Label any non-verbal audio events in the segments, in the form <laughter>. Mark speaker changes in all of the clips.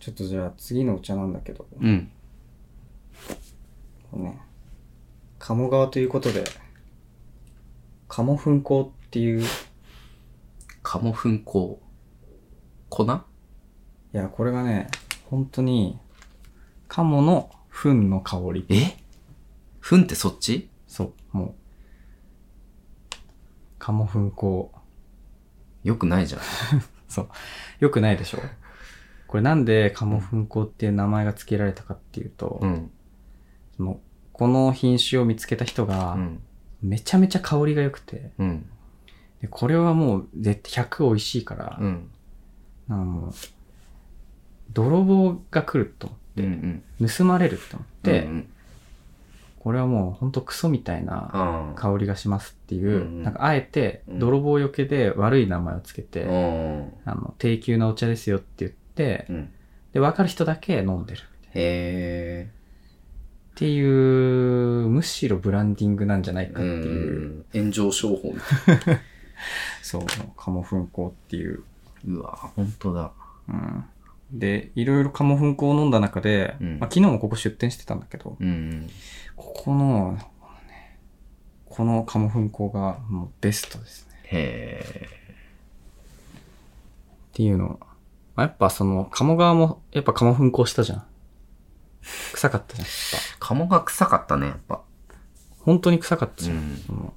Speaker 1: ちょっとじゃあ次のお茶なんだけど、
Speaker 2: うん。
Speaker 1: ね、鴨川ということで、鴨粉香っていう、い
Speaker 2: 鴨粉香。粉
Speaker 1: や、これがね、本当に、鴨の糞の香り。
Speaker 2: え粉ってそっち
Speaker 1: そう、もう。鴨粉香。
Speaker 2: よくないじゃん。
Speaker 1: よくないでしょこれなんで鴨粉香っていう名前が付けられたかっていうと、
Speaker 2: ん。
Speaker 1: そのこの品種を見つけた人
Speaker 2: う
Speaker 1: が、
Speaker 2: ん。
Speaker 1: めちゃめちゃ香りが良くて、
Speaker 2: うん。
Speaker 1: でこれはもう絶対100美味しいから、
Speaker 2: うん。
Speaker 1: あの、泥棒が来ると、
Speaker 2: うんうん。
Speaker 1: 盗まれると思って、
Speaker 2: うん
Speaker 1: これはもうほんとクソみたいな
Speaker 2: ああ。
Speaker 1: 香りがしますっていう、
Speaker 2: うんうん
Speaker 1: なんかあえて
Speaker 2: うん
Speaker 1: 泥棒よけで悪い名前をつけて、
Speaker 2: うん。
Speaker 1: あの、低級なお茶ですよって言って、
Speaker 2: うん。
Speaker 1: で、わかる人だけ飲んでる。っ
Speaker 2: へ
Speaker 1: ていう、むしろブランディングなんじゃない
Speaker 2: え。
Speaker 1: かっていう、。
Speaker 2: 炎上商法みたい
Speaker 1: そう、鴨粉香っていう。
Speaker 2: <laughs> な。うわ、ほんとだ。
Speaker 1: うん、で、いろいろ鴨粉香を飲んだ中で、
Speaker 2: うん
Speaker 1: まあ、昨日もここ出店してたんだけど、
Speaker 2: うん。
Speaker 1: ここの、この鴨粉香がもうベストですね。
Speaker 2: へ
Speaker 1: っていうのを。まあやっぱその、鴨川も、やっぱ鴨粉香したじゃん。臭かったじゃん、やっ
Speaker 2: え。鴨が臭かったね、やっぱ。
Speaker 1: ぱ。本当に臭かったじゃん。
Speaker 2: ん。
Speaker 1: その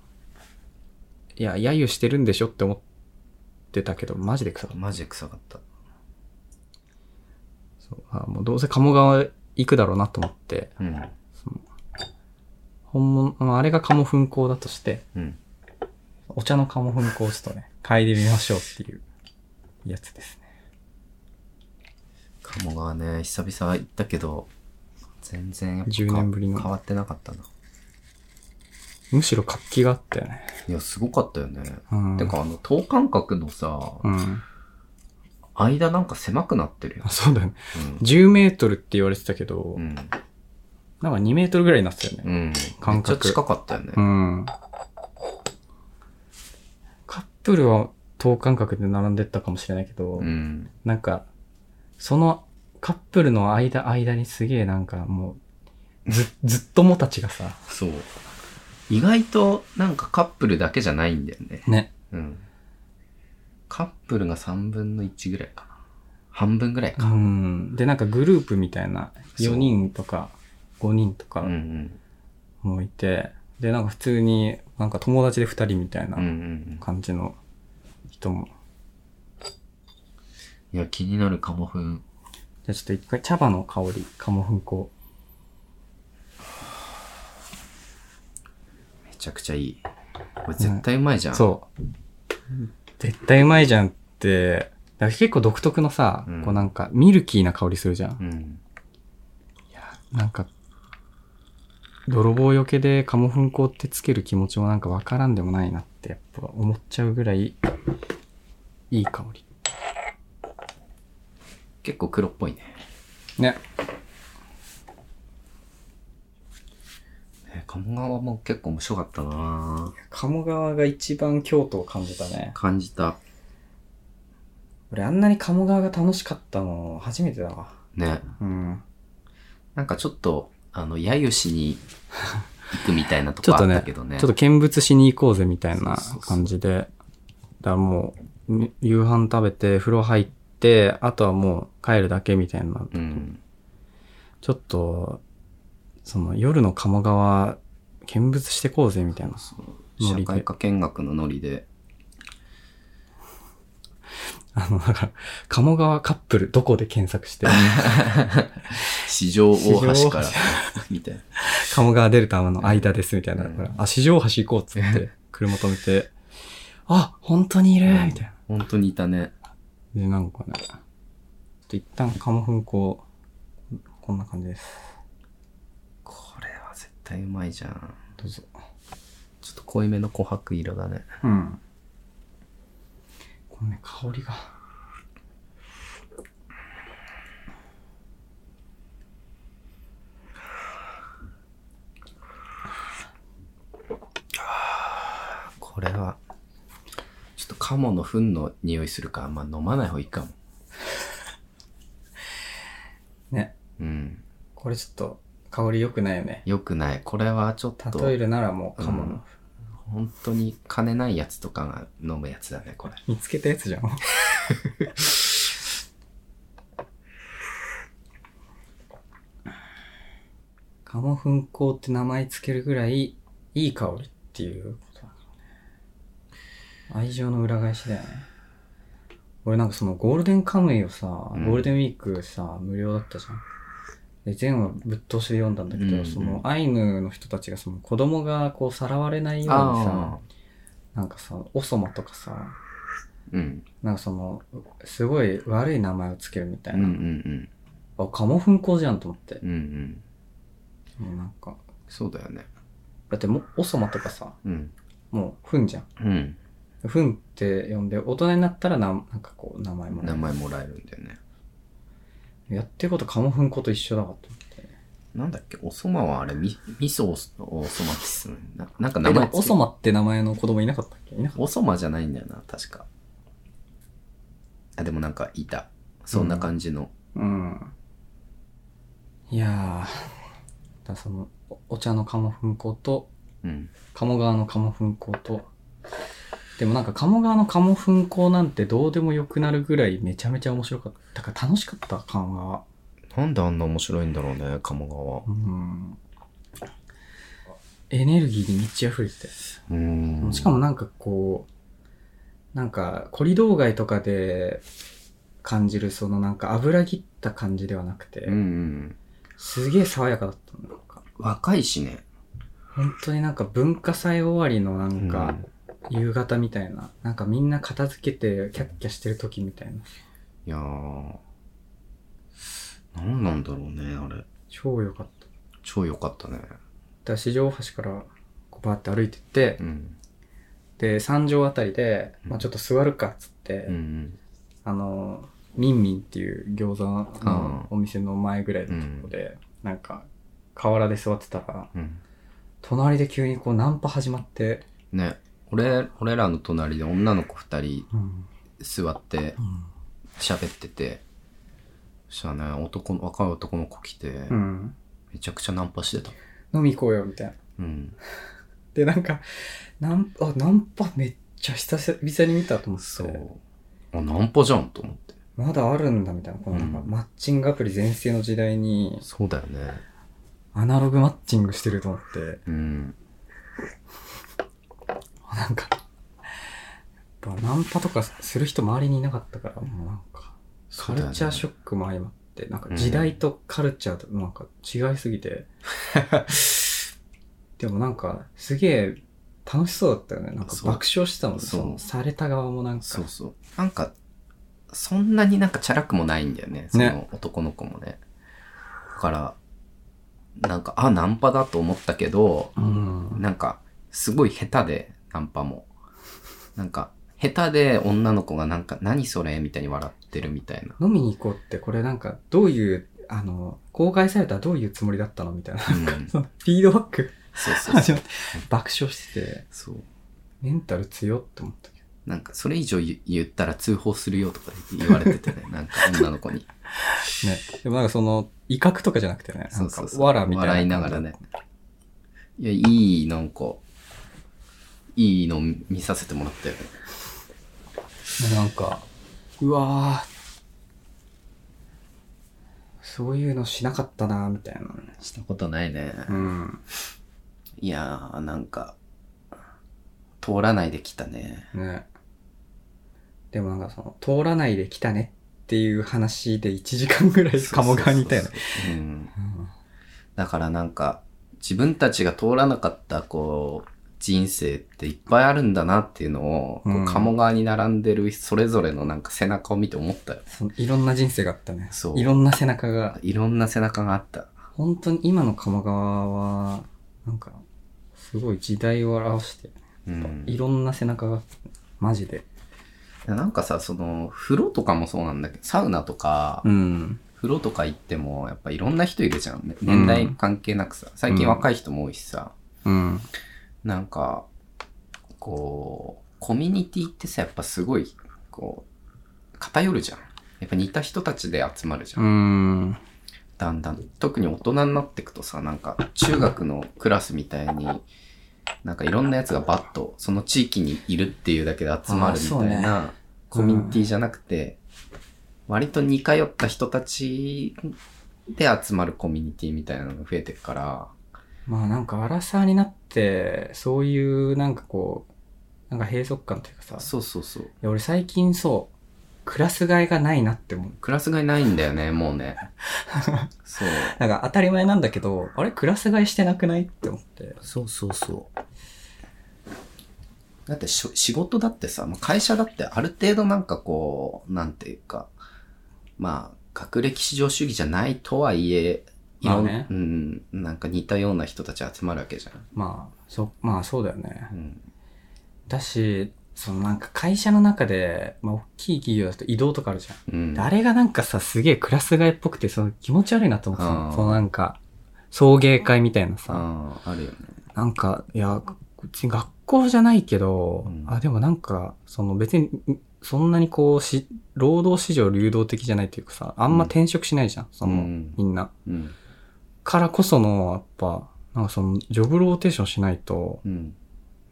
Speaker 1: いや、揶揄してるんでしょって思ってたけど、マジで臭かった。
Speaker 2: マジで臭かった。
Speaker 1: そうあもうどうせ鴨川行くだろうなと思って、
Speaker 2: うん。
Speaker 1: 本物、まああれが鴨粉香だとして、
Speaker 2: うん。
Speaker 1: お茶の鴨粉香をちょっとね、嗅いでみましょうっていうやつですね。
Speaker 2: 鴨がね、久々行ったけど、全然やっぱ
Speaker 1: 10年ぶりの
Speaker 2: 変わってなかったな。
Speaker 1: むしろ活気があったよね。
Speaker 2: いや、すごかったよね。
Speaker 1: うん。
Speaker 2: てか、あの、等間隔のさ、
Speaker 1: うん。
Speaker 2: 間なんか狭くなってるよ
Speaker 1: あ、。そうだよね。10メートルって言われてたけど、
Speaker 2: うん。うん。
Speaker 1: なんか2メートルぐらいになってたよ
Speaker 2: う
Speaker 1: ね。
Speaker 2: ん。め
Speaker 1: 間
Speaker 2: っちゃ
Speaker 1: 隔
Speaker 2: 近かったよね
Speaker 1: う。ん。カップルは等間隔で並んでったかもしれないけど、
Speaker 2: うん。
Speaker 1: なんか、そのカップルの間、間にすげえなんかもう、ず、 <laughs> ずっともたちがさ、
Speaker 2: そう。意外となんかカップルだけじゃないんだよね。
Speaker 1: ね。
Speaker 2: うん。カップルが3分の1ぐらいかな。半分ぐらいうか。
Speaker 1: ん。で、なんかグループみたいな、
Speaker 2: そ
Speaker 1: 4
Speaker 2: う
Speaker 1: 人とか、5人と
Speaker 2: う
Speaker 1: か
Speaker 2: んうん。
Speaker 1: もいて、で、なんか普通に、なんか友達で2人みたい
Speaker 2: うんうんう。
Speaker 1: なん感じの人も。
Speaker 2: いや、気になるカモフン。
Speaker 1: じゃあちょっと一回、茶葉の香り、鴨粉香。
Speaker 2: めちゃくちゃいい。これ絶対うまいじゃん。
Speaker 1: そう。絶対うまいじゃんって、だから結構独特のさ、
Speaker 2: うん
Speaker 1: こうなんかミルキーな香りするじゃん。
Speaker 2: うん。
Speaker 1: なんか、泥棒よけでカモフン香ってつける気持ちもなんかわからんでもないなってやっぱ思っちゃうぐらい、いい香り。
Speaker 2: 結構黒っぽいね。
Speaker 1: ね。
Speaker 2: えー鴨川も結構面白かったな
Speaker 1: 鴨川が一番京都を感じたね。
Speaker 2: 感じた。
Speaker 1: 俺あんなに鴨川が楽しかったの初めてだわ。
Speaker 2: ね。
Speaker 1: うん。
Speaker 2: なんかちょっと、あの、揶揄しに行くみたいなと
Speaker 1: <laughs> ちょ
Speaker 2: こ
Speaker 1: っ
Speaker 2: あ
Speaker 1: と
Speaker 2: った
Speaker 1: ね
Speaker 2: けどね。
Speaker 1: ちょっと見物しに行こうぜみたいな
Speaker 2: そうそうそう
Speaker 1: 感じで。だからもう、み夕飯食べて、風呂入って、あとはもう帰るだけみたいな。
Speaker 2: うん。
Speaker 1: ちょっと、その夜の鴨川、見物してこうぜみたいな。
Speaker 2: そう
Speaker 1: ノリ
Speaker 2: 社
Speaker 1: で
Speaker 2: 会科見学のノリで。
Speaker 1: あの、だから、鴨川カップルどこで検索
Speaker 2: <laughs>
Speaker 1: して、
Speaker 2: 市場大
Speaker 1: 市
Speaker 2: 橋
Speaker 1: 場
Speaker 2: か
Speaker 1: 大
Speaker 2: ら
Speaker 1: 橋、
Speaker 2: <laughs> みたいな。
Speaker 1: 鴨川出るタワーの間ですみたいな。
Speaker 2: うん
Speaker 1: ほらあ、四条橋行こうっつ
Speaker 2: <laughs>
Speaker 1: って、車止めて、あ、本当にいるみたいな。
Speaker 2: 本当にいたね。
Speaker 1: で、なんかね、ちょっと一旦鴨粉こう、こんな感じです。
Speaker 2: これは絶対うまいじゃん。
Speaker 1: どうぞ。
Speaker 2: ちょっと濃いめの琥珀色だね。
Speaker 1: うん。このね、香りが。
Speaker 2: これは、ちょっと鴨の糞の匂いするから、まあ飲まない方がいいかも。
Speaker 1: これちょっと香り良くないよね。
Speaker 2: よくない。これはちょっと、
Speaker 1: 例えるならもうカモの、
Speaker 2: うん本当に金ないやつとかが飲むやつだね、これ。
Speaker 1: 見つけたやつじゃん。
Speaker 2: <laughs>
Speaker 1: カモフンコウって名前つけるぐらいいい香りっていうことなんだろうね。愛情の裏返しだよね。俺なんかそのゴールデンカムイをさ、
Speaker 2: うん
Speaker 1: ゴールデンウィークさ、無料だったじゃん。で、全話ぶっ通しで読んだんだけど、
Speaker 2: うんうん
Speaker 1: そのアイヌの人たちがその子供がこうさらわれないようにさ
Speaker 2: ああ、。
Speaker 1: なんかさ、おそまとかさ、
Speaker 2: うん。
Speaker 1: なんかその、すごい悪い名前をつけるみた
Speaker 2: う
Speaker 1: い
Speaker 2: んう
Speaker 1: な。
Speaker 2: ん
Speaker 1: あ、カモフンコウじゃんと思って
Speaker 2: うん。。うんうん。
Speaker 1: もうなんか、
Speaker 2: そうだよね。
Speaker 1: だってもう、おそまとかさ、
Speaker 2: うん。
Speaker 1: もう、ふんじゃん。
Speaker 2: うん。
Speaker 1: ふんって呼んで、大人になったらな、なんかこう、名前も。
Speaker 2: 名前もらえるんだよね。
Speaker 1: やってることカモフンコと一緒だわと思って。
Speaker 2: なんだっけおそまはあれ、み、味噌をそおそまきする。ななんか
Speaker 1: え
Speaker 2: 名
Speaker 1: で
Speaker 2: 前
Speaker 1: も
Speaker 2: つけ
Speaker 1: おそまって名前の子供いなかったっけいなかっ
Speaker 2: おそまじゃないんだよな、確か。あ、でもなんかいた。そんな感じの。
Speaker 1: た。うん。いやー、だからその、おお茶のカモフンコと、
Speaker 2: うん。
Speaker 1: 鴨川の鴨粉香と、でもなんか鴨川の鴨粉香なんてどうでもよくなるぐらいめちゃめちゃ面白かった。だから楽しかった、鴨川。
Speaker 2: なんであんな面白いんだろうね、鴨川
Speaker 1: う。ん。エネルギーに満ち溢れてて。
Speaker 2: うん。
Speaker 1: しかも、なんかこう、なんか、コリドー街とかで感じるそのなんか油切った感じではなくて、
Speaker 2: うんうん。
Speaker 1: すげえ爽やかだったの。なんか、
Speaker 2: 若いしね。
Speaker 1: 本当になんか文化祭終わりのなんか、
Speaker 2: うん
Speaker 1: 夕方みたいな。なんかみんな片付けてキャッキャしてる時みたいな。
Speaker 2: いやー。なんなんだろうね、あれ。
Speaker 1: 超良かった。だ
Speaker 2: 超良かったね。
Speaker 1: から四条大橋からこうバーって歩いてって、
Speaker 2: うん。
Speaker 1: で、三条あたりで、まあちょっと座るかっつって、
Speaker 2: うん
Speaker 1: あの、ミンミンっていう餃子の
Speaker 2: あ
Speaker 1: お店の前ぐらいのとこで、なんか河原で座ってたら、
Speaker 2: うん。うん。
Speaker 1: 隣で急にこうナンパ始まって、
Speaker 2: ね。俺、俺らの隣で女の子二人
Speaker 1: うん。
Speaker 2: 座って
Speaker 1: うん。
Speaker 2: 喋ってて、そしたらね、男の、若い男の子来て、めちゃくちゃナンパしてた。
Speaker 1: 飲み行こうよ、みたいな。
Speaker 2: うん。
Speaker 1: で、なんか、ナンパ、あナンパめっちゃ久々に見たと思って。
Speaker 2: そう。あ、ナンパじゃんと思って。
Speaker 1: まだあるんだみたいな、このなんか
Speaker 2: うん
Speaker 1: マッチングアプリ全盛の時代に、
Speaker 2: そうだよね。
Speaker 1: アナログマッチングしてると思って、
Speaker 2: うん。
Speaker 1: なんか、やっぱナンパとかする人周りにいなかったから、もうなんか、カルチャーショ
Speaker 2: ッ
Speaker 1: ックも相まって、なんか時代とカルチャーとなんか違いすぎて、 <laughs> でもなんか、すげえ楽しそうだったよね。なんか
Speaker 2: そう
Speaker 1: 爆笑してたもんね。
Speaker 2: そ
Speaker 1: そうのされた側もなんか、
Speaker 2: そうそう。なんか、そんなになんかチャラくもないんだよね。その男の子もね。だから、なんか、あ、ナンパだと思ったけど、
Speaker 1: うん。
Speaker 2: なんか、すごい下手で、ナンパも。なんか、下手で女の子がなんか、何それみたいに笑ってるみたいな。
Speaker 1: 飲みに行こうって、これなんか、どういう、あの、公開されたらどういうつもりだったのみたいな。
Speaker 2: うん。
Speaker 1: そのフィードバック
Speaker 2: そうそう
Speaker 1: 始
Speaker 2: そう。
Speaker 1: まって爆笑してて、
Speaker 2: そう
Speaker 1: メンタル強って思ったけど。
Speaker 2: なんか、それ以上言言ったら通報するよとか言われててね。なんか、女の子に。
Speaker 1: ね。でもなんかその、威嚇とかじゃなくて <laughs> ね、な
Speaker 2: そ
Speaker 1: ん
Speaker 2: う
Speaker 1: か
Speaker 2: そう、そう。
Speaker 1: わらみたいな。
Speaker 2: 笑いながらね。。いや、いい、なんか、いいの見させてもらったよね。
Speaker 1: なんか、うわーそういうのしなかったなみたいなね。
Speaker 2: したことないね。
Speaker 1: うん。
Speaker 2: いやー、なんか、通らないで来たね。
Speaker 1: ね。でもなんかその、通らないで来たねっていう話で1時間ぐらい <laughs> 鴨川にいたよね
Speaker 2: そう。そうそう。うん。だからなんか、自分たちが通らなかった、こう、人生っていっぱいあるんだなっていうのを、こ
Speaker 1: う
Speaker 2: うん鴨川に並んでるそれぞれのなんか背中を見て思ったよ。
Speaker 1: そのいろんな人生があったね。
Speaker 2: そう
Speaker 1: いろんな背中が
Speaker 2: いろんな背中があった。
Speaker 1: 本当に今の鴨川は、なんか、すごい時代を表して、
Speaker 2: うん
Speaker 1: いろんな背中が、マジで。
Speaker 2: なんかさ、その、風呂とかもそうなんだけど、サウナとか、
Speaker 1: うん。
Speaker 2: 風呂とか行っても、やっぱいろんな人いるじゃん。ね年代関係なくさ。最近若い人も多いしさ。
Speaker 1: うん。
Speaker 2: なんか、こう、コミュニティってさ、やっぱすごい、こう、偏るじゃん。やっぱ似た人たちで集まるじゃん。
Speaker 1: うん。
Speaker 2: だんだん。特に大人になっていくとさ、なんか、中学のクラスみたいに、なんかいろんなやつがバッと、その地域にいるっていうだけで集まるみ
Speaker 1: あーそう
Speaker 2: たいな、コミュニティじゃなくて、割と似通った人たちで集まるコミュニティみたいなのが増えてくから、
Speaker 1: まあなんかアラサーになって、そういうなんかこう、なんか閉塞感というかさ、い
Speaker 2: そうそうそう。
Speaker 1: や俺最近そう、クラス替えがないなって思う。
Speaker 2: クラスがいないんだよね、もう
Speaker 1: <laughs>
Speaker 2: ね。そう。
Speaker 1: なんか当たり前なんだけど、あれクラス替えしてなくないって思って。
Speaker 2: そうそうそう。だってしょ仕事だってさ、まあ会社だってある程度なんかこう、なんていうか、まあ、学歴至上主義じゃないとはいえ、いろん
Speaker 1: まあね
Speaker 2: うん、なんか似たような人たち集まるわけじゃ
Speaker 1: まあ、そ、まあそうだよね。
Speaker 2: ん。うん。
Speaker 1: だし、そのなんか会社の中で、まあ大きい企業だと移動とかあるじゃん。
Speaker 2: うん。
Speaker 1: であれがなんかさ、すげえクラス替えっぽくて、その気持ち悪いなと思ってた
Speaker 2: あ
Speaker 1: の。
Speaker 2: ー
Speaker 1: そのなんか、送迎会みたいなさ。
Speaker 2: ああ、あるよね。
Speaker 1: なんか、いや、別に学校じゃないけど、
Speaker 2: うん
Speaker 1: あ、でもなんか、その別に、んそんなにこうし、労働市場流動的じゃないというかさ、あんま転職しないじゃん、その、
Speaker 2: うん
Speaker 1: みんな。
Speaker 2: うん。
Speaker 1: からこその、やっぱ、なんかその、ジョブローテーションしないと、
Speaker 2: うん。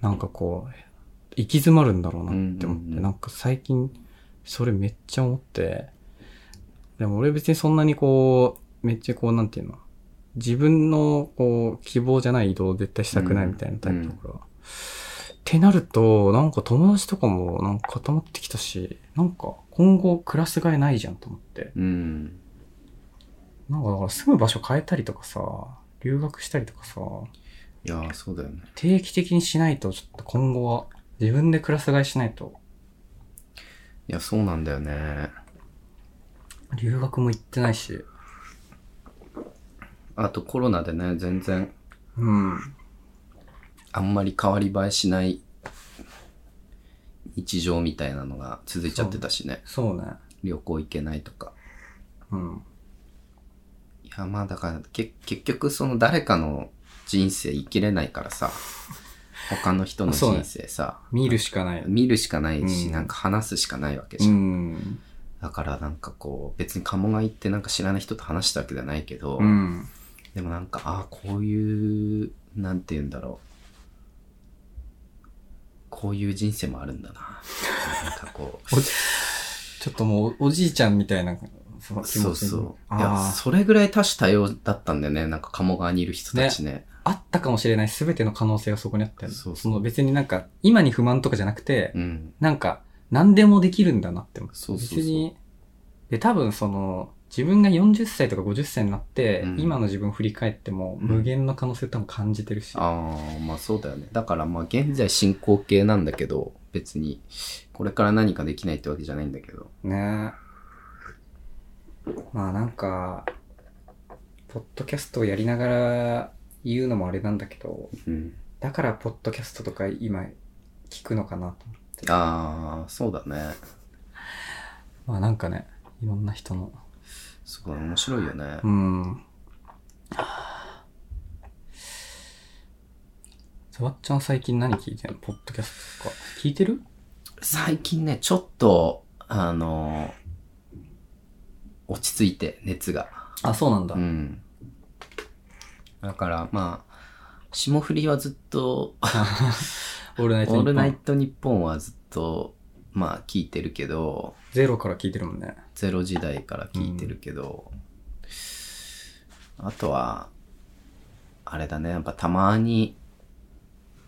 Speaker 1: なんかこう、行き詰まるんだろうなって思って、
Speaker 2: うんうんうん
Speaker 1: なんか最近、それめっちゃ思って、でも俺別にそんなにこう、めっちゃこう、なんていうの、自分のこう、希望じゃない移動を絶対したくないみたいなタイプだから。ってなると、なんか友達とかもなんか固まってきたし、なんか今後クラス替えないじゃんと思って。
Speaker 2: うん。
Speaker 1: なんかだから住む場所変えたりとかさ、留学したりとかさ、
Speaker 2: いやー、そうだよね。
Speaker 1: 定期的にしないと、ちょっと今後は自分でクラス替えしないと、
Speaker 2: いや、そうなんだよね。
Speaker 1: 留学も行ってないし。
Speaker 2: あとコロナでね、全然、
Speaker 1: うん。
Speaker 2: あんまり変わり映えしない日常みたいなのが続いちゃってたしね。
Speaker 1: そうね。
Speaker 2: 旅行行けないとか。
Speaker 1: うん。
Speaker 2: いや、まあだから、け結局その誰かの人生生きれないからさ、他の人の
Speaker 1: そうね
Speaker 2: 人生さ、
Speaker 1: 見るしかないよね。
Speaker 2: 見るしかないし、
Speaker 1: うん
Speaker 2: なんか話すしかないわけじ
Speaker 1: う
Speaker 2: ゃん。
Speaker 1: ん。
Speaker 2: だからなんかこう、別に鴨が行ってなんか知らない人と話したわけじゃないけど、
Speaker 1: うん。
Speaker 2: でもなんか、ああ、こういう、なんて言うんだろう。こういう人生もあるんだな。なんかこう。
Speaker 1: ちょっともうお、おじいちゃんみたいな、その気
Speaker 2: そ
Speaker 1: 持
Speaker 2: う
Speaker 1: ち
Speaker 2: そう。いや、
Speaker 1: あ
Speaker 2: それぐらい多種多様だったんだよね。なんか鴨川にいる人たちね。
Speaker 1: あ、あったかもしれない全ての可能性がそこにあったよね。
Speaker 2: そうそう
Speaker 1: の別になんか、今に不満とかじゃなくて、
Speaker 2: うん。
Speaker 1: なんか、何でもできるんだなって思
Speaker 2: そうそうそう
Speaker 1: 別に、で、多分その、自分が40歳とか50歳になって、
Speaker 2: うん
Speaker 1: 今の自分を振り返っても、
Speaker 2: うん
Speaker 1: 無限の可能性多分感じてるし。
Speaker 2: ああ、まあそうだよね。だからまあ現在進行形なんだけど、別に、これから何かできないってわけじゃないんだけど。
Speaker 1: ねえまあなんかポッドキャストをやりながら言うのもあれなんだけど
Speaker 2: うん。
Speaker 1: だからポッドキャストとか今聞くのかなと
Speaker 2: ああ、そうだね。
Speaker 1: まあなんかねいろんな人の
Speaker 2: すごい面白いよね。
Speaker 1: うんさわっちゃん最近何聞いてんのポッドキャストとか聞いてる
Speaker 2: 最近ね、ちょっと、あの落ち着いて、熱が。
Speaker 1: あそうなんだ
Speaker 2: うん。だから、まあ、霜降りはずっと、
Speaker 1: オールナイト
Speaker 2: <laughs> オ
Speaker 1: ニッ
Speaker 2: ー
Speaker 1: ポ
Speaker 2: ル
Speaker 1: ン
Speaker 2: ナイトニッポンはずっと、まあ、聞いてるけど、
Speaker 1: ゼロから聞いてるもんね
Speaker 2: ゼロ時代から聞いてるけど、あとは、あれだね、やっぱたまに、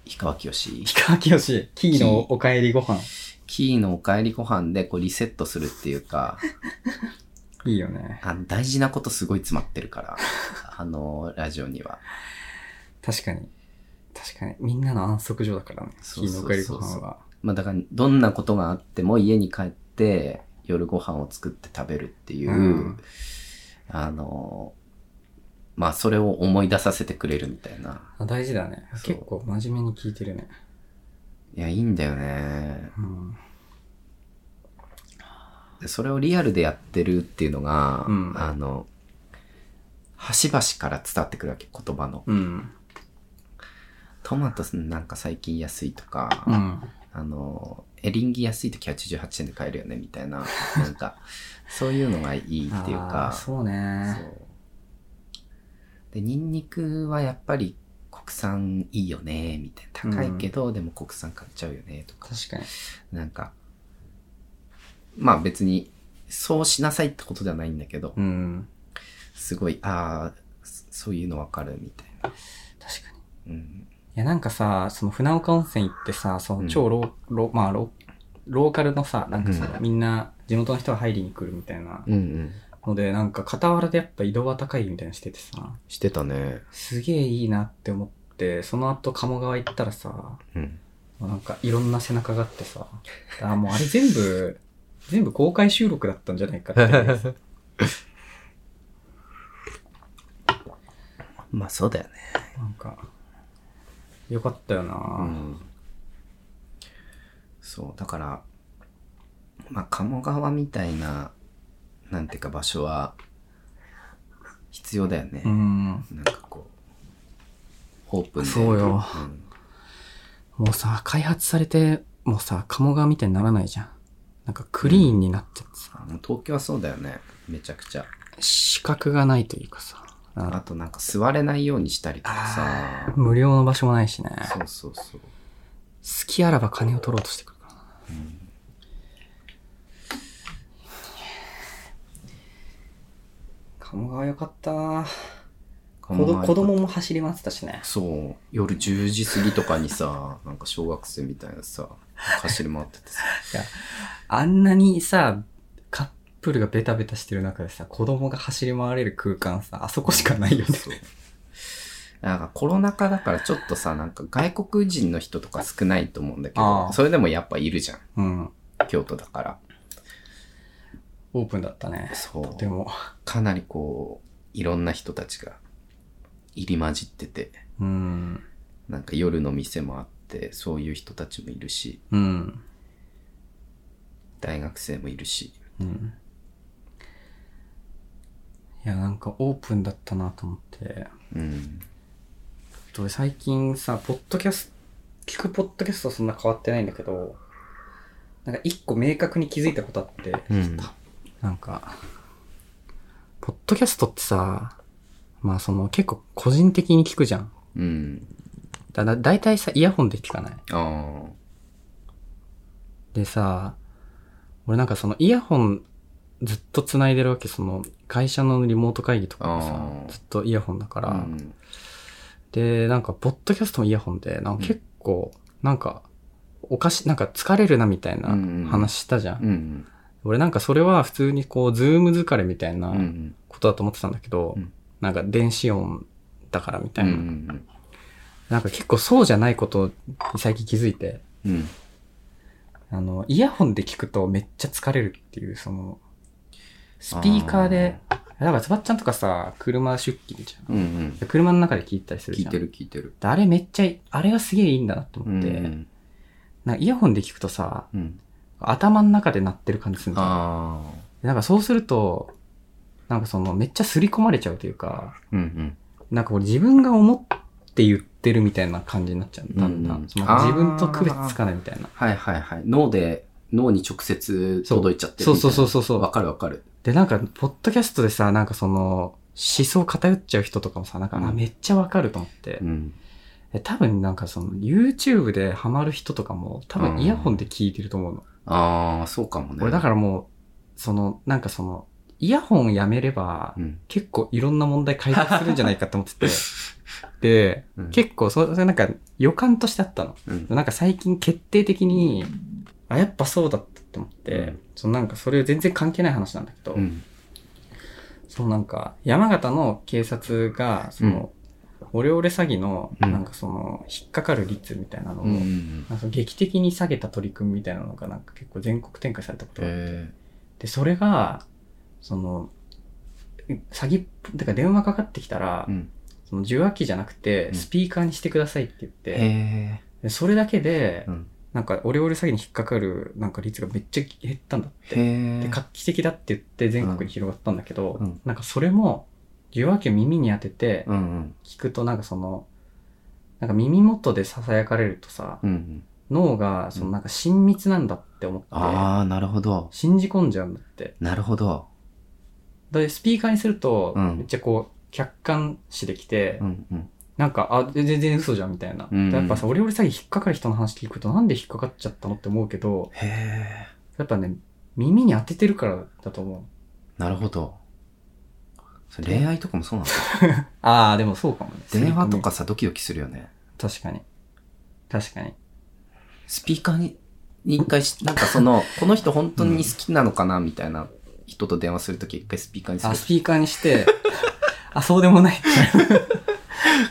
Speaker 2: 氷川きよし、
Speaker 1: 氷川きよしキーのおかえりご飯
Speaker 2: キーのおかえりご飯でこうリセットするっていうか、
Speaker 1: いいよね
Speaker 2: あ大事なことすごい詰まってるから、 <laughs> あの、ラジオには。
Speaker 1: 確かに。確かに。みんなの安息所だからね。
Speaker 2: そう
Speaker 1: 金
Speaker 2: そう
Speaker 1: の
Speaker 2: そうそう
Speaker 1: おかえりご飯は。
Speaker 2: まあだから、どんなことがあっても家に帰って、夜ご飯を作って食べるっていう、
Speaker 1: うん
Speaker 2: あの、まあそれを思い出させてくれるみたいな。
Speaker 1: あ大事だね。
Speaker 2: そう
Speaker 1: 結構真面目に聞いてるね。
Speaker 2: いや、いいんだよね。
Speaker 1: うん。
Speaker 2: でそれをリアルでやってるっていうのが、
Speaker 1: うん
Speaker 2: あの、端々から伝わってくるわけ、言葉の。
Speaker 1: うん。
Speaker 2: トマトなんか最近安いとか、
Speaker 1: うん。
Speaker 2: あの、エリンギ安い時は88円で買えるよ <laughs> ね、みたいな。なんか、そういうのがいいっていう
Speaker 1: あー
Speaker 2: か、
Speaker 1: そうね。
Speaker 2: そうで、ニンニクはやっぱり国産いいよね、みたいな。高いけど、でも国産買っちゃうよね、とか。
Speaker 1: 確かに。
Speaker 2: なんか、まあ別に、そうしなさいってことではないんだけど、
Speaker 1: うん。
Speaker 2: すごい、ああ、そそういうのわかる、みたいな。
Speaker 1: 確かに。
Speaker 2: うん。
Speaker 1: いや、なんかさ、その船岡温泉行ってさ、そうの
Speaker 2: ん
Speaker 1: 超ロ,、ロまあロ、ローカルのさ、なんかさ、
Speaker 2: うん
Speaker 1: みんな地元の人が入りに来るみたいな
Speaker 2: うんうん。
Speaker 1: ので、なんか傍らでやっぱ移動は高いみたいなのしててさ、
Speaker 2: してたね。
Speaker 1: すげえいいなって思って、その後鴨川行ったらさ、
Speaker 2: うん。
Speaker 1: もうなんかいろんな背中があってさ、あもうあれ全 <laughs> 部、全部公開収録だったんじゃないかっていう。
Speaker 2: まあそうだよね。
Speaker 1: なんか、よかったよな、
Speaker 2: うん。そう、だから、まあ鴨川みたいな、なんていうか場所は、必要だよね。
Speaker 1: うん。
Speaker 2: なんかこう、オープンで。
Speaker 1: そうよ
Speaker 2: うん
Speaker 1: もうさ、開発されて、もうさ、鴨川みたいにならないじゃん。なんかクリーンになっちゃってさ、
Speaker 2: あの東京はそうだよね。めちゃくちゃ。
Speaker 1: 資格がないというかさ、
Speaker 2: あ
Speaker 1: あ
Speaker 2: となんか座れないようにしたりとかさ。
Speaker 1: 無料の場所もないしね。
Speaker 2: そうそうそ
Speaker 1: 好
Speaker 2: う。
Speaker 1: きあらば金を取ろうとしてくるからな。鴨川よかった子
Speaker 2: 考え
Speaker 1: ど
Speaker 2: た
Speaker 1: 子供も走り回ってたしね。
Speaker 2: そう。夜10時過ぎとかにさ、なんか小学生みたいなさ、走り回っててさ。
Speaker 1: あんなにさ、カップルがベタベタしてる中でさ、子供が走り回れる空間さ、あそこしかないよね。
Speaker 2: そうなんかコロナ禍だからちょっとさ、なんか外国人の人とか少ないと思うんだけ
Speaker 1: あ
Speaker 2: ど
Speaker 1: あ、
Speaker 2: それでもやっぱいるじゃん。
Speaker 1: <laughs> うん。
Speaker 2: 京都だから。
Speaker 1: オープンだったね。
Speaker 2: そう。
Speaker 1: でも、
Speaker 2: かなりこう、いろんな人たちが入り混じってて、
Speaker 1: うん。
Speaker 2: なんか夜の店もあって、そういう人たちもいるし、
Speaker 1: うん。
Speaker 2: 大学生もいるし。
Speaker 1: うん。いや、なんかオープンだったなと思って。
Speaker 2: うん。
Speaker 1: と最近さ、ポッドキャスト、聞くポッドキャストはそんな変わってないんだけど、なんか一個明確に気づいたことあって、
Speaker 2: うん
Speaker 1: なんか、ポッドキャストってさ、まあその結構個人的に聞くじゃん。
Speaker 2: うん。
Speaker 1: だだ大体さ、イヤホンで聞かない
Speaker 2: あ
Speaker 1: でさ、俺なんかそのイヤホンずっと繋いでるわけ、その会社のリモート会議とかもさ
Speaker 2: あ、ー
Speaker 1: ずっとイヤホンだから、
Speaker 2: あ。うん
Speaker 1: で、なんかポッドキャストもイヤホンで、なんか結構、なんか、おかし、なんか疲れるなみたいな
Speaker 2: うんうん
Speaker 1: 話したじゃん。
Speaker 2: うん。
Speaker 1: 俺なんかそれは普通にこう、ズーム疲れみたい
Speaker 2: うん。
Speaker 1: な
Speaker 2: うん。
Speaker 1: ことだと思ってたんだけど、
Speaker 2: うん
Speaker 1: なんか電子音だからみた
Speaker 2: う
Speaker 1: い
Speaker 2: ん
Speaker 1: な。なんか結構そうじゃないことに最近気づいて、
Speaker 2: うん。うん。
Speaker 1: あの、イヤホンで聞くとめっちゃ疲れるっていう、その、スピーカーで、だからつばっちゃんとかさ、車出勤じゃん。
Speaker 2: うんうん。
Speaker 1: 車の中で聞いたりする
Speaker 2: 聞
Speaker 1: じ
Speaker 2: い
Speaker 1: ゃん。
Speaker 2: てる聞いてる。
Speaker 1: であれめっちゃい、あれがすげえいいんだなと
Speaker 2: う
Speaker 1: 思
Speaker 2: ん
Speaker 1: って、
Speaker 2: うん。
Speaker 1: なんかイヤホンで聞くとさ、
Speaker 2: うん。
Speaker 1: 頭の中で鳴ってる感じするんだよ
Speaker 2: ああ。
Speaker 1: でなんかそうすると、なんかそのめっちゃ刷り込まれちゃうというか、
Speaker 2: うん
Speaker 1: なんかこれ自分が思って言ってるみたいな感じになっちゃう。だんだ
Speaker 2: うんん。
Speaker 1: そのなんか自分と区別つかないみたいな。
Speaker 2: はいはいはい。脳で、脳に直接届いちゃってるみた
Speaker 1: そ
Speaker 2: い
Speaker 1: う
Speaker 2: な。
Speaker 1: そうそうそうそう。
Speaker 2: わかるわかる。
Speaker 1: で、なんか、ポッドキャストでさ、なんかその、思想偏っちゃう人とかもさ、なんか、
Speaker 2: うん
Speaker 1: あ、めっちゃわかると思って。
Speaker 2: ん。
Speaker 1: え多分なんかその、YouTube でハマる人とかも、多
Speaker 2: う
Speaker 1: 分
Speaker 2: ん
Speaker 1: イヤホンで聞いてると思うの。
Speaker 2: ああ、そうかもね。、
Speaker 1: 俺だかららもう、その、なんかその、イヤホンやめれば
Speaker 2: う、ん。
Speaker 1: 結構いろんな問題解決するんじゃないかと思ってて。で、
Speaker 2: うん
Speaker 1: 結構そ、それなんか予感としてあったの。
Speaker 2: うん。
Speaker 1: なんか最近決定的に、あ、やっぱそうだったって思って、
Speaker 2: うん
Speaker 1: そのなんかそれ全然関係ない話なんだけど、
Speaker 2: うん。
Speaker 1: そのなんか、山形の警察が、その、オレオレ詐欺の、
Speaker 2: うん
Speaker 1: なんかその、引っかかる率みたいなのを、
Speaker 2: うんう
Speaker 1: なん
Speaker 2: ん。
Speaker 1: かその劇的に下げた取り組みみたいなのが、なんか結構全国展開されたことがあって
Speaker 2: え
Speaker 1: で、それが、その、詐欺っぽ、だから電話かかってきたら、
Speaker 2: ーうん。
Speaker 1: その受話器じゃなくて、
Speaker 2: うん
Speaker 1: スピーカーにしてくださいって言って、
Speaker 2: え
Speaker 1: でそれだけで
Speaker 2: ー。う、ん。
Speaker 1: なんかオレオレ詐欺に引っかかる、なんか率がめっちゃ減ったんだって。
Speaker 2: へ
Speaker 1: で
Speaker 2: え。
Speaker 1: 画期的だって言って全国に広がったんだけど、
Speaker 2: うん
Speaker 1: なんかそれも受話器を耳に当てて
Speaker 2: うんうん。
Speaker 1: 聞くとなんかそのなんか耳元で囁かれるとさ、
Speaker 2: うんうん。
Speaker 1: 脳がそのなんか親密なんだって思って、
Speaker 2: ああ、なるほど。
Speaker 1: 信じ込んじゃうんだって
Speaker 2: なるほど。
Speaker 1: でスピーカーにすると
Speaker 2: うん
Speaker 1: めっちゃこう客観視できて、
Speaker 2: うんうん。
Speaker 1: なんか、あ、で全然嘘じゃんみたいな。
Speaker 2: うん
Speaker 1: やっぱさ、オレオレ詐欺引っかかる人の話聞くと、なんで引っかかっちゃったのって思うけど、
Speaker 2: へえ。
Speaker 1: やっぱね、耳に当ててるからだと思う。
Speaker 2: なるほど。それ恋愛とかもそうなの
Speaker 1: ああ、でもそうかもね。
Speaker 2: 電話とかさ、ドキドキするよね。
Speaker 1: 確かに。確かに。
Speaker 2: スピーカーに、に一回し、なんかそ <laughs> の、この人本当に好きなのかなみたいな人と電話するとき一回スピーカーにす
Speaker 1: あ、
Speaker 2: る。
Speaker 1: スピーカーに <laughs> して、あ、そうでも <laughs> ない。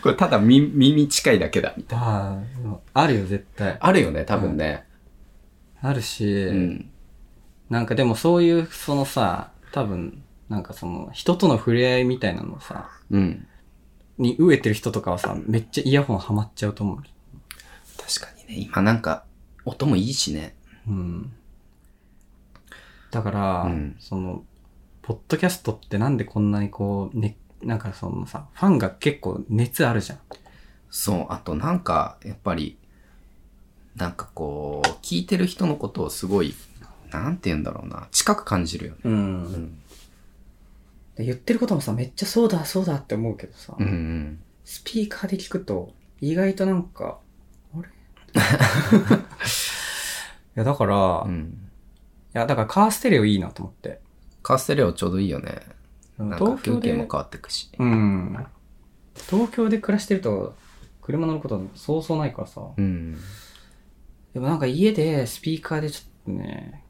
Speaker 2: これただ耳耳近いだけだ。
Speaker 1: あーでもあるよ、絶対。
Speaker 2: あるよね、多分ね。
Speaker 1: あるし、
Speaker 2: うん。
Speaker 1: なんかでもそういう、そのさ、多分、なんかその、人との触れ合いみたいなのさ、
Speaker 2: うん。
Speaker 1: に飢えてる人とかはさ、めっちゃイヤホンハマっちゃうと思
Speaker 2: 確かにね、今なんか、音もいいしね。
Speaker 1: う。うん。だから、
Speaker 2: うん
Speaker 1: その、ポッドキャストってなんでこんなにこう、ね、なんかそのさ、ファンが結構熱あるじゃん。
Speaker 2: そう、あとなんか、やっぱり、なんかこう、聞いてる人のことをすごい、なんて言うんだろうな、近く感じるよね。
Speaker 1: う。
Speaker 2: うんん。
Speaker 1: で言ってることもさ、めっちゃそうだ、そうだって思うけどさ、
Speaker 2: うんうん。
Speaker 1: スピーカーで聞くと、意外となんか、あ
Speaker 2: <laughs>
Speaker 1: れいや、だから、
Speaker 2: う
Speaker 1: い
Speaker 2: ん。
Speaker 1: や、だからカーステレオいいなと思って。
Speaker 2: カーステレオちょうどいいよね。なんか
Speaker 1: 東
Speaker 2: 風
Speaker 1: 京
Speaker 2: 景
Speaker 1: で
Speaker 2: も
Speaker 1: も、
Speaker 2: 変わってくし。
Speaker 1: うん。東京で暮らしてると、車乗ることそうそうないからさ。
Speaker 2: うん。
Speaker 1: でもなんか家でスピーカーでちょっとね、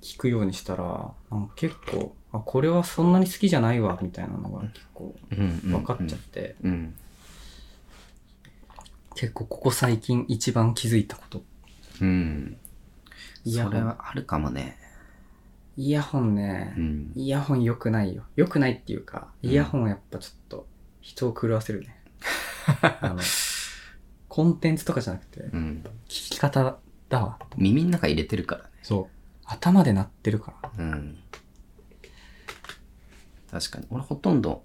Speaker 1: 聞くようにしたら、なんか結構、あ、これはそんなに好きじゃないわ、みたいなのが結構
Speaker 2: うん。
Speaker 1: 分かっちゃって、
Speaker 2: うん。
Speaker 1: 結構ここ最近一番気づいたこと。
Speaker 2: うん。
Speaker 1: イヤホ
Speaker 2: そ
Speaker 1: ン
Speaker 2: れはあるかもね。
Speaker 1: イヤホンね、
Speaker 2: うん。
Speaker 1: イヤホン良くないよ。良くないっていうか、
Speaker 2: うん
Speaker 1: イヤホンはやっぱちょっと人を狂わせる
Speaker 2: <laughs>
Speaker 1: ね。あの、コンテンツとかじゃなくて、聞
Speaker 2: うん。
Speaker 1: き方だわ。
Speaker 2: 耳の中入れてるからね。
Speaker 1: そう。頭で鳴ってるから。
Speaker 2: うん。確かに。俺ほとんど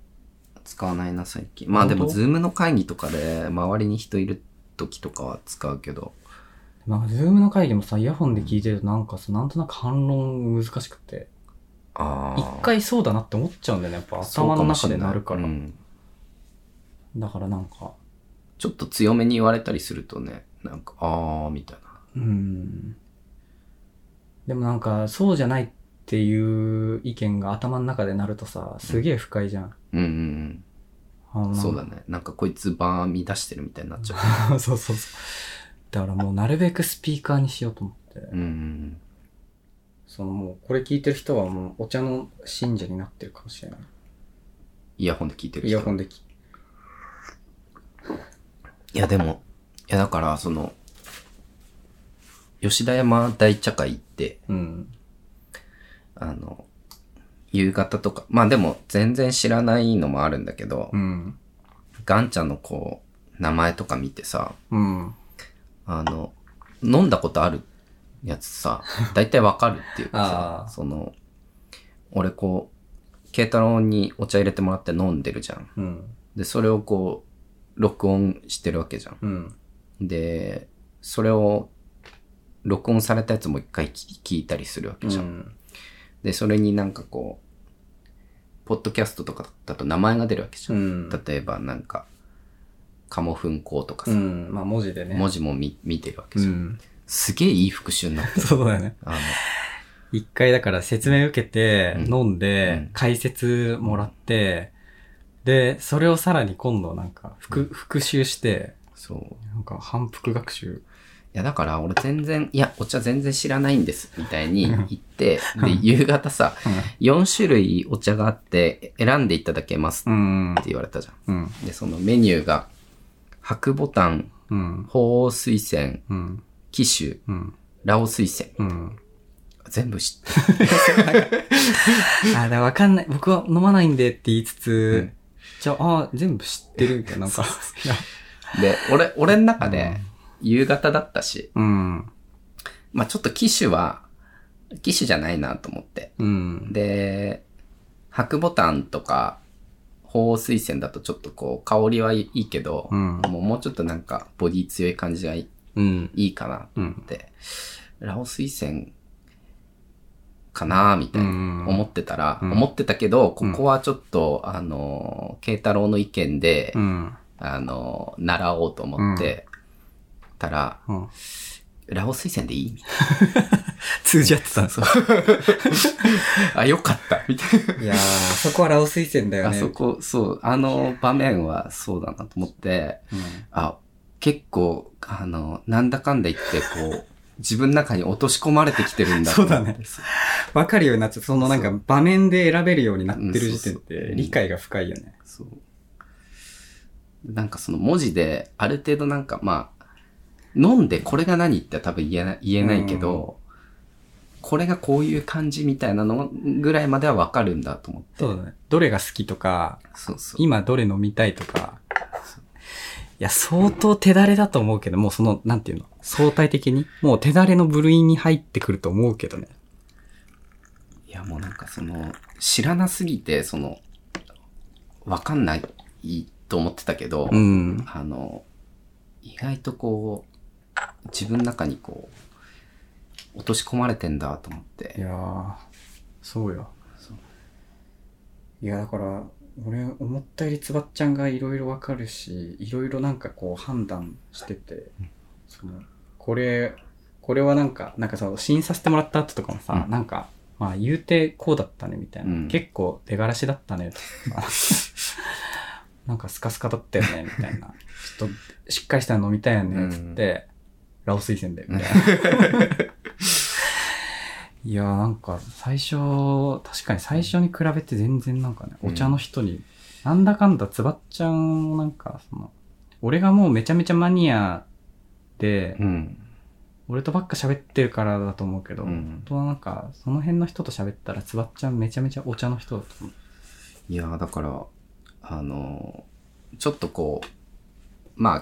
Speaker 2: 使わないな、最近。まあでも、
Speaker 1: 本当
Speaker 2: ズームの会議とかで、周りに人いる時とかは使うけど。
Speaker 1: なんか、ズームの会議もさ、イヤホンで聞いてるとなんかさ、なんとなく反論難しくて、
Speaker 2: あ
Speaker 1: 一回そうだなって思っちゃうんだよね。やっぱ頭の中で鳴るから。
Speaker 2: うん
Speaker 1: だからなんか、
Speaker 2: ちょっと強めに言われたりするとね、なんか、あー、みたいな。
Speaker 1: うん。でもなんか、そうじゃないっていう意見が頭の中で鳴るとさ、すげえ不快じゃん。
Speaker 2: うんうん
Speaker 1: あの
Speaker 2: う
Speaker 1: なん
Speaker 2: ん。
Speaker 1: か
Speaker 2: そうだね。なんかこいつバー見出してるみたいになっちゃ
Speaker 1: <laughs> そうそうそう。だからもうなるべくスピーカーにしようと思って。
Speaker 2: う。うんうん
Speaker 1: そのもうこれ聞いてる人はもうお茶の信者になってるかもしれない。
Speaker 2: イヤホンで聞いてる人。
Speaker 1: イヤホンでき。
Speaker 2: いやでも、いやだから、その、吉田山大茶会行って、
Speaker 1: うん。
Speaker 2: あの、夕方とか、まあでも全然知らないのもあるんだけど、
Speaker 1: うん。
Speaker 2: ガンちゃんのこう、名前とか見てさ、
Speaker 1: うん。
Speaker 2: あの、飲んだことあるやつさ、だいたいわかるっていうか
Speaker 1: <laughs> あ
Speaker 2: さ
Speaker 1: ー、
Speaker 2: その、俺こう、慶太郎にお茶入れてもらって飲んでるじゃん。
Speaker 1: うん。
Speaker 2: で、それをこう、録音してるわけじゃん。
Speaker 1: うん。
Speaker 2: で、それを、録音されたやつも一回聞聞いたりするわけじゃん。で、それになんかこう、ポッドキャストとかだと名前が出るわけじゃ。
Speaker 1: うんん。
Speaker 2: 例えばなんか、カモフンコとか
Speaker 1: う
Speaker 2: さ、
Speaker 1: ん。まあ文字でね。
Speaker 2: 文字も見見てるわけ
Speaker 1: う
Speaker 2: じゃん。
Speaker 1: ん。
Speaker 2: すげえいい復習になってる。
Speaker 1: そうだよね。
Speaker 2: あの、
Speaker 1: 一回だから説明受けて、
Speaker 2: うん
Speaker 1: 飲ん
Speaker 2: うん
Speaker 1: で、解説もらって、で、それをさらに今度なんか復、復習して、
Speaker 2: そう。
Speaker 1: なんか反復学習。
Speaker 2: いや、だから俺全然、いや、お茶全然知らないんです、みたいに言って、で、夕方さ、4種類お茶があって、選んでいただけます
Speaker 1: う
Speaker 2: っ
Speaker 1: ん。
Speaker 2: て言われたじゃ
Speaker 1: う
Speaker 2: ん。
Speaker 1: ん。
Speaker 2: で、そのメニューが、白牡丹、
Speaker 1: うん。
Speaker 2: 鳳凰水仙、
Speaker 1: うん。
Speaker 2: 紀州、
Speaker 1: うん。
Speaker 2: ラオ水仙。
Speaker 1: うん。
Speaker 2: 全部知ってる
Speaker 1: あ、だからわかんない。僕は飲まないんでって言いつつ、
Speaker 2: うん
Speaker 1: じゃあ、あ全部知ってるみたいな、なんか。
Speaker 2: で、俺、俺の中で、夕方だったし、
Speaker 1: うん。
Speaker 2: まあちょっと機種は、機種じゃないなと思って。
Speaker 1: うん。
Speaker 2: で、白牡丹とか、鳳凰水仙だとちょっとこう、香りはいいけど、
Speaker 1: うん
Speaker 2: もうもうちょっとなんか、ボディ強い感じがいい
Speaker 1: うん。
Speaker 2: いいかな
Speaker 1: うん。
Speaker 2: って。ラオ水仙、かなみたいな、
Speaker 1: うん
Speaker 2: 思ってたら、
Speaker 1: うん
Speaker 2: 思ってたけど、
Speaker 1: う
Speaker 2: こ
Speaker 1: ん
Speaker 2: こはちょっと、あの、慶太郎の意見で、
Speaker 1: うん。
Speaker 2: あの、習おうと思って、たら、
Speaker 1: うん。
Speaker 2: ラオス推薦でい <laughs> いみたい
Speaker 1: 通じ合ってたん
Speaker 2: な。そうあ、よかった。みた
Speaker 1: <laughs>
Speaker 2: い
Speaker 1: いやー、あそこはラオス推薦だ
Speaker 2: な。
Speaker 1: よ
Speaker 2: あ
Speaker 1: ね。
Speaker 2: そこ、そう、あの場面はそうだなと思って、
Speaker 1: うん
Speaker 2: あ、結構、あの、なんだかんだ言って、こう、自分の中に落とし込まれてきてるんだと思って
Speaker 1: <laughs> そうだね。わかるようになって、そのなんか
Speaker 2: そ
Speaker 1: 場面で選べるようになってる
Speaker 2: うん
Speaker 1: 時点
Speaker 2: そうそう
Speaker 1: で理解が深いよね。
Speaker 2: そう。なんかその文字で、ある程度なんかまあ、飲んでこれが何って多分言えな言えないけど、これがこういう感じみたいなのぐらいまではわかるんだと思って。
Speaker 1: そうだね。どれが好きとか、
Speaker 2: そうそう。
Speaker 1: 今どれ飲みたいとか。いや、相当手だれだと思うけど、もうその、なんていうの、相対的に、もう手だれの部類に入ってくると思うけどね。
Speaker 2: いやもうなんかその、知らなすぎて、その、わかんないと思ってたけど、
Speaker 1: うん。
Speaker 2: あの、意外とこう、自分の中にこう、落とし込まれてんだと思って
Speaker 1: い。やー、そうよ。
Speaker 2: そう
Speaker 1: いや、だから、俺、思ったよりつばっちゃんがいろいろわかるし、いろいろなんかこう判断してて、その、これ、これはなんか、なんかさ、試飲させてもらった後とかもさ、
Speaker 2: うん
Speaker 1: なんか、まあ言うてこうだったねみたいな。
Speaker 2: うん
Speaker 1: 結構出がらしだったねとか。 <laughs> なんかスカスカだったよねみたいな。ちょっと、しっかりしたの飲みたいよね、つって、ラオス推薦で、みたいな。いやーなんか最初、確かに最初に比べて全然なんかね、
Speaker 2: うん
Speaker 1: お茶の人に、なんだかんだつばっちゃんもなんか、その、俺がもうめちゃめちゃマニアで、
Speaker 2: うん。
Speaker 1: 俺とばっか喋ってるからだと思うけど、
Speaker 2: うん
Speaker 1: 本当はなんか、その辺の人と喋ったらつばっちゃんめちゃめちゃお茶の人だと思う。
Speaker 2: いやーだから、あのーちょっとこう、まあ、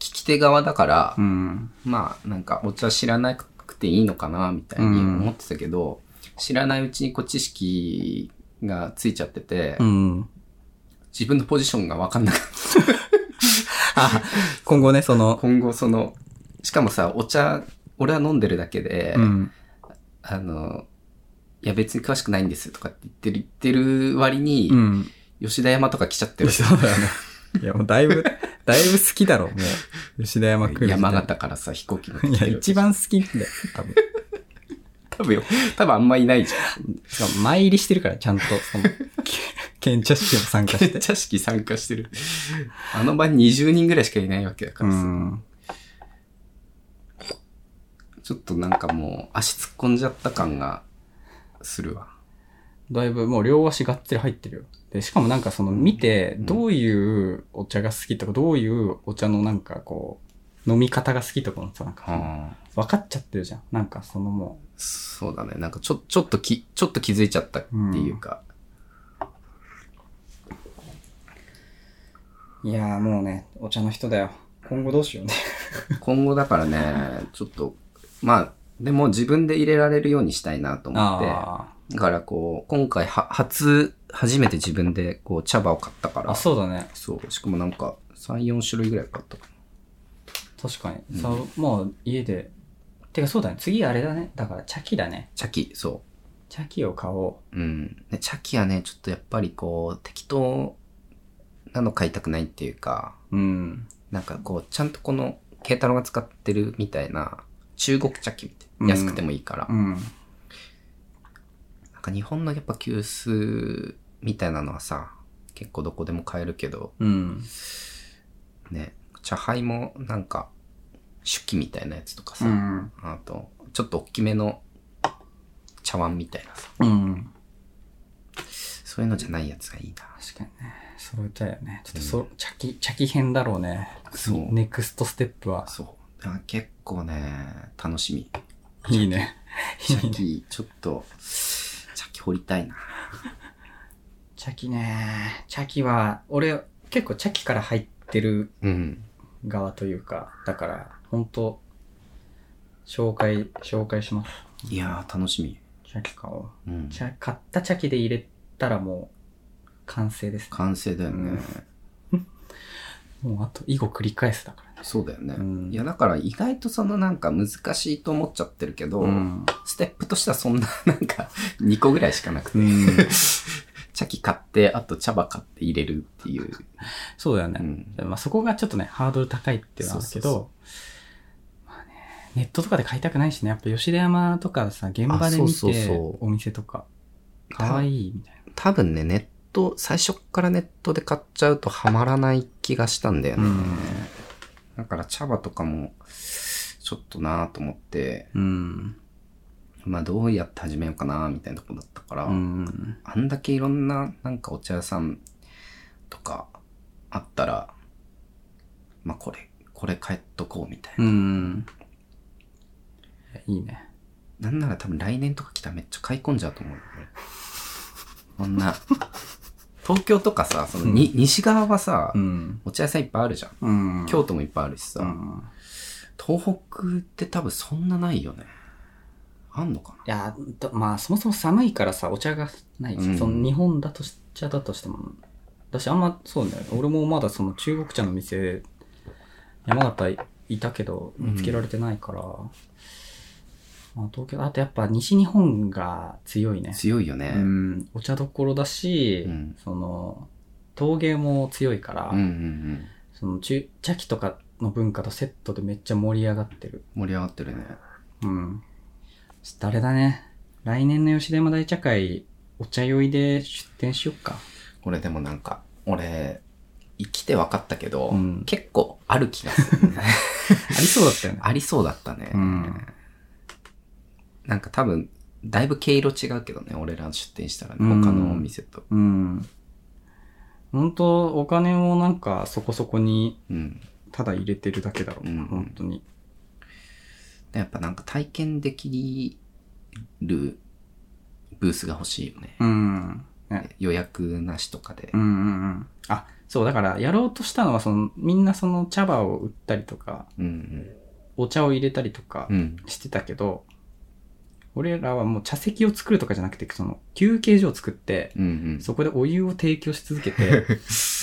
Speaker 2: 聞き手側だから、
Speaker 1: うん。
Speaker 2: まあ、なんかお茶知らなくていいのかな、みたいに
Speaker 1: うん
Speaker 2: 思ってたけど、知らないうちにこう知識がついちゃってて、
Speaker 1: うん。
Speaker 2: 自分のポジションがわかんな
Speaker 1: <laughs>
Speaker 2: かっ
Speaker 1: あ、今後ね、そ
Speaker 2: た。
Speaker 1: の、
Speaker 2: 今後その、しかもさ、お茶、俺は飲んでるだけで、
Speaker 1: うん。
Speaker 2: あの、いや別に詳しくないんですとかって言ってる、言ってる割に、
Speaker 1: <laughs> うん。
Speaker 2: 吉田山とか来ち
Speaker 1: <laughs>
Speaker 2: ゃってる。
Speaker 1: そうだよね。いや、もうだいぶ、だいぶ好きだろ、もう。吉田山来る時点で
Speaker 2: 山形からさ、飛行機乗って
Speaker 1: い
Speaker 2: きて
Speaker 1: や、
Speaker 2: る。
Speaker 1: 一番好きだよ、多分。
Speaker 2: 多分よ、多分あんまいないじ
Speaker 1: しかも、前入りしてるから、ちゃんと、そ <laughs> の、け検茶式も参加 <laughs>
Speaker 2: ゃん。
Speaker 1: して。
Speaker 2: 結茶式参加してる。あの場に20人ぐらいしかいないわけだからさ、
Speaker 1: ん。
Speaker 2: ちょっとなんかもう足突っ込んじゃった感がするわ。
Speaker 1: だいぶ、もう両足がっつり入ってるよ。で、しかもなんかその、見て、どういうお茶が好きとか、どういうお茶のなんかこう、飲み方が好きとかもさ、なんか、
Speaker 2: あー
Speaker 1: 分かっちゃってるじゃん。なんかそのも
Speaker 2: そうだね。なんかちょ、ちょっとき、ちょっと気づいちゃったっていうか。
Speaker 1: う、いやーもうね、お茶の人だよ。今後どうしようね。
Speaker 2: 今後だからね、ちょっと、まあ、でも自分で入れられるようにしたいなと思って。
Speaker 1: あ
Speaker 2: だからこう、今回は、初、初めて自分でこう、茶葉を買ったか
Speaker 1: あ。
Speaker 2: ら。
Speaker 1: あ、そうだね。
Speaker 2: そう。しかもなんか、3、4種類ぐらい買ったか
Speaker 1: 確かに。さ、もう家で。てかそうだね。次あれだね。だから、茶器だね
Speaker 2: な。。茶器、そ
Speaker 1: 茶器を買お
Speaker 2: う。うん。で茶器はね、ちょっとやっぱりこう、適当なの買いたくないっていうか、
Speaker 1: う。うん。
Speaker 2: なんかこう、ちゃんとこの、慶太郎が使ってるみたいな、中国茶器みたい
Speaker 1: うん
Speaker 2: な。安くてもいいから。
Speaker 1: うん。
Speaker 2: なんか日本のやっぱ急須みたいなのはさ、結構どこでも買えるけど、
Speaker 1: うん。
Speaker 2: ね、茶杯もなんか、手記みたいなやつとかさ、
Speaker 1: うん。
Speaker 2: あと、ちょっと大きめの茶碗みたいなさ、
Speaker 1: うん。
Speaker 2: そういうのじゃないやつがいいな。
Speaker 1: 確かにね。揃えたいよね。ちょっとそ、茶器、茶器編だろうね。
Speaker 2: そう
Speaker 1: ネクストステップは。
Speaker 2: そう。だから結構ね、楽しみ。
Speaker 1: いいね。
Speaker 2: 茶器、ちょっと、茶器掘りたいな。
Speaker 1: 茶器ね。茶器は、俺、結構茶器から入ってる
Speaker 2: うん。
Speaker 1: 側というか、だから、ほんと、紹介、紹介します。
Speaker 2: いやー、楽しみ。
Speaker 1: 茶器買おう。
Speaker 2: うん。
Speaker 1: 茶買った茶器で入れたらもう完成ですね
Speaker 2: 完成だよね。
Speaker 1: もうあと囲碁繰り返すだからね
Speaker 2: そうだよね、
Speaker 1: うん
Speaker 2: いや、だから意外とそのなんか難しいと思っちゃってるけど、
Speaker 1: うん。
Speaker 2: ステップとしてはそんな <laughs> なんか2個ぐらいしかなくて、茶器買って、あと茶葉買って入れるっていう。
Speaker 1: <laughs> そうだよ
Speaker 2: う
Speaker 1: ね。
Speaker 2: ん
Speaker 1: まあそこがちょっとね、ハードル高いっていうのはあるけ
Speaker 2: そう
Speaker 1: ど、まあね、ネットとかで買いたくないしね、やっぱ吉田山とかさ、現場で見
Speaker 2: あそうそうそ
Speaker 1: て、
Speaker 2: う
Speaker 1: お店とか、かわいいみたい
Speaker 2: 多分ね、ネット、最初っからネットで買っちゃうとハマらない気がしたんだよ
Speaker 1: な。
Speaker 2: ね。だから茶葉とかも、ちょっとなぁと思って、
Speaker 1: うん。
Speaker 2: まあどうやって始めようかなみたいなとこだったから、
Speaker 1: うん。
Speaker 2: あんだけいろんななんかお茶屋さんとかあったら、まあこれ、これ買っとこうみたいな。
Speaker 1: うん。いいね。
Speaker 2: なんなら多分来年とか来たらめっちゃ買い込んじゃうと思うよ、ね。こんな。東京とかさ、そのに、西側はさ、
Speaker 1: ん。
Speaker 2: お茶屋さんいっぱいあるじゃん。
Speaker 1: うん。
Speaker 2: 京都もいっぱいあるしさ、
Speaker 1: うん
Speaker 2: 東北って多分そんなないよね。あんのか
Speaker 1: いや、とまあ、そもそも寒いからさ、お茶がないし、
Speaker 2: うん
Speaker 1: その日本だとし茶だとしても、だし、あんま、そうだよね。俺もまだその中国茶の店、山形いたけど、
Speaker 2: うん
Speaker 1: 見つけられてないから、まあ、東京、あとやっぱ西日本が強いね
Speaker 2: な。強いよね。
Speaker 1: う。ん、お茶どころだし、
Speaker 2: うん
Speaker 1: その、陶芸も強いから、
Speaker 2: うんうんうん。
Speaker 1: その中茶器とかの文化とセットでめっちゃ盛り上がってる。
Speaker 2: 盛り上がってるね。
Speaker 1: うん。ちょっとあれだね。来年の吉田山大茶会、お茶酔いで出店しよっか。
Speaker 2: これでもなんか、俺、生きて分かったけど、
Speaker 1: うん
Speaker 2: 結構ある気が
Speaker 1: <laughs>
Speaker 2: する、ね。
Speaker 1: ありそうだったよね。
Speaker 2: ありそうだったね。
Speaker 1: うん
Speaker 2: なんか多分、だいぶ毛色違うけどね、俺らの出店したらね、
Speaker 1: うん
Speaker 2: 他のお店と。
Speaker 1: うん。本当お金もなんかそこそこに、
Speaker 2: うん。
Speaker 1: ただ入れてるだけだろう。
Speaker 2: うん
Speaker 1: 本当に。
Speaker 2: でやっぱなんか体験できるブースが欲しいよね。
Speaker 1: うん。ね、
Speaker 2: 予約なしとかで
Speaker 1: うん。うんうん。あ、そう、だからやろうとしたのは、その、みんなその茶葉を売ったりとか、
Speaker 2: うん
Speaker 1: お茶を入れたりとか
Speaker 2: うん。うん。
Speaker 1: してたけど、俺らはもう茶席を作るとかじゃなくて、その、休憩所を作って、
Speaker 2: うんうん。
Speaker 1: そこでお湯を提供し続け <laughs> て、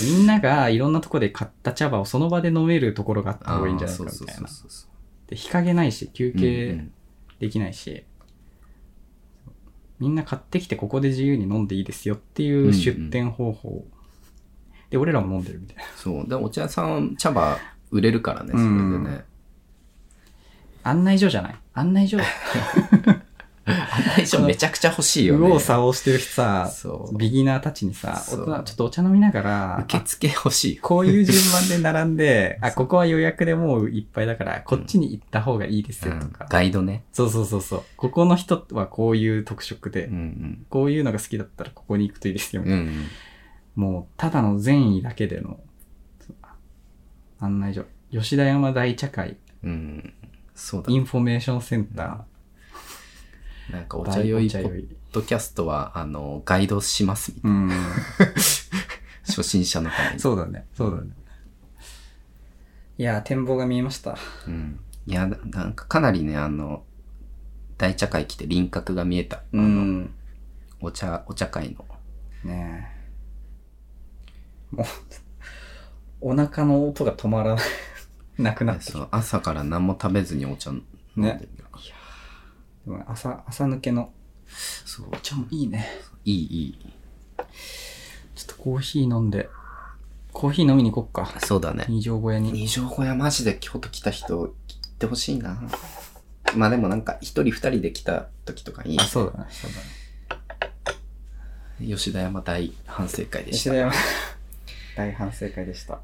Speaker 1: みんながいろんなとこで買った茶葉をその場で飲めるところがあった方がいいんじゃないか
Speaker 2: あー
Speaker 1: み
Speaker 2: そう
Speaker 1: たい
Speaker 2: そう
Speaker 1: な。
Speaker 2: そうそう。
Speaker 1: で、日陰ないし、休
Speaker 2: うんう
Speaker 1: 憩
Speaker 2: ん
Speaker 1: できないし、みんな買ってきてここで自由に飲んでいいですよってい
Speaker 2: んう
Speaker 1: うん出店方法。で、俺らも飲んでるみたいな。
Speaker 2: そう。で、お茶屋さんは茶葉売れるからね、それで
Speaker 1: うん
Speaker 2: ね。
Speaker 1: 案内所じゃない案内所。
Speaker 2: <laughs> 最初めちゃくちゃ欲しいよ
Speaker 1: 右
Speaker 2: ね。
Speaker 1: 往左往してるさ、
Speaker 2: そう
Speaker 1: ビギナーたちにさ、大
Speaker 2: そう
Speaker 1: 人、ちょっとお茶飲みながら、
Speaker 2: 受付欲しいよ。
Speaker 1: こういう順番で並ん <laughs> で、あ、ここは予約でもういっぱいだから、こっちに行った方がいいですよとか。
Speaker 2: ガイドね。
Speaker 1: そうそうそうそう。ここの人はこういう特色で、
Speaker 2: うん
Speaker 1: こういうのが好きだったらここに行くといいですよ。
Speaker 2: うん。うんうん。
Speaker 1: もう、ただの善意だけでの、そう案内所。吉田山大茶会、
Speaker 2: うん。そうだ
Speaker 1: イ。ンフォメーションセンタ
Speaker 2: なんか
Speaker 1: ー、
Speaker 2: お茶酔いポ
Speaker 1: 大
Speaker 2: ッ
Speaker 1: い。
Speaker 2: ドキャストは、あの、ガイドします
Speaker 1: <laughs>
Speaker 2: みたい
Speaker 1: うん。
Speaker 2: な。初心者のために。
Speaker 1: そうだね。そうだね。いやー、展望が見えました。
Speaker 2: うん。いや、ななんかかなりね、あの、大茶会来て輪郭が見えた。あの
Speaker 1: うん。
Speaker 2: お茶、お茶会の。
Speaker 1: ねえ。もう、お腹の音が止まらない <laughs> なくなってきた
Speaker 2: そう朝から何も食べずにお茶飲んでるから。
Speaker 1: でも朝、朝抜けの
Speaker 2: そう。
Speaker 1: お茶もいいね。
Speaker 2: いい、いい。
Speaker 1: ちょっとコーヒー飲んで、コーヒー飲みに行こっか。
Speaker 2: そうだね。
Speaker 1: 二条小屋に。
Speaker 2: 二条小屋マジで京都来た人来てほしいなまあでもなんか一人二人で来た時とかに
Speaker 1: あ、そうだね。そうだね。
Speaker 2: 吉田山大反省会で
Speaker 1: 吉
Speaker 2: し
Speaker 1: <laughs>
Speaker 2: た
Speaker 1: 田山。大反省会でした。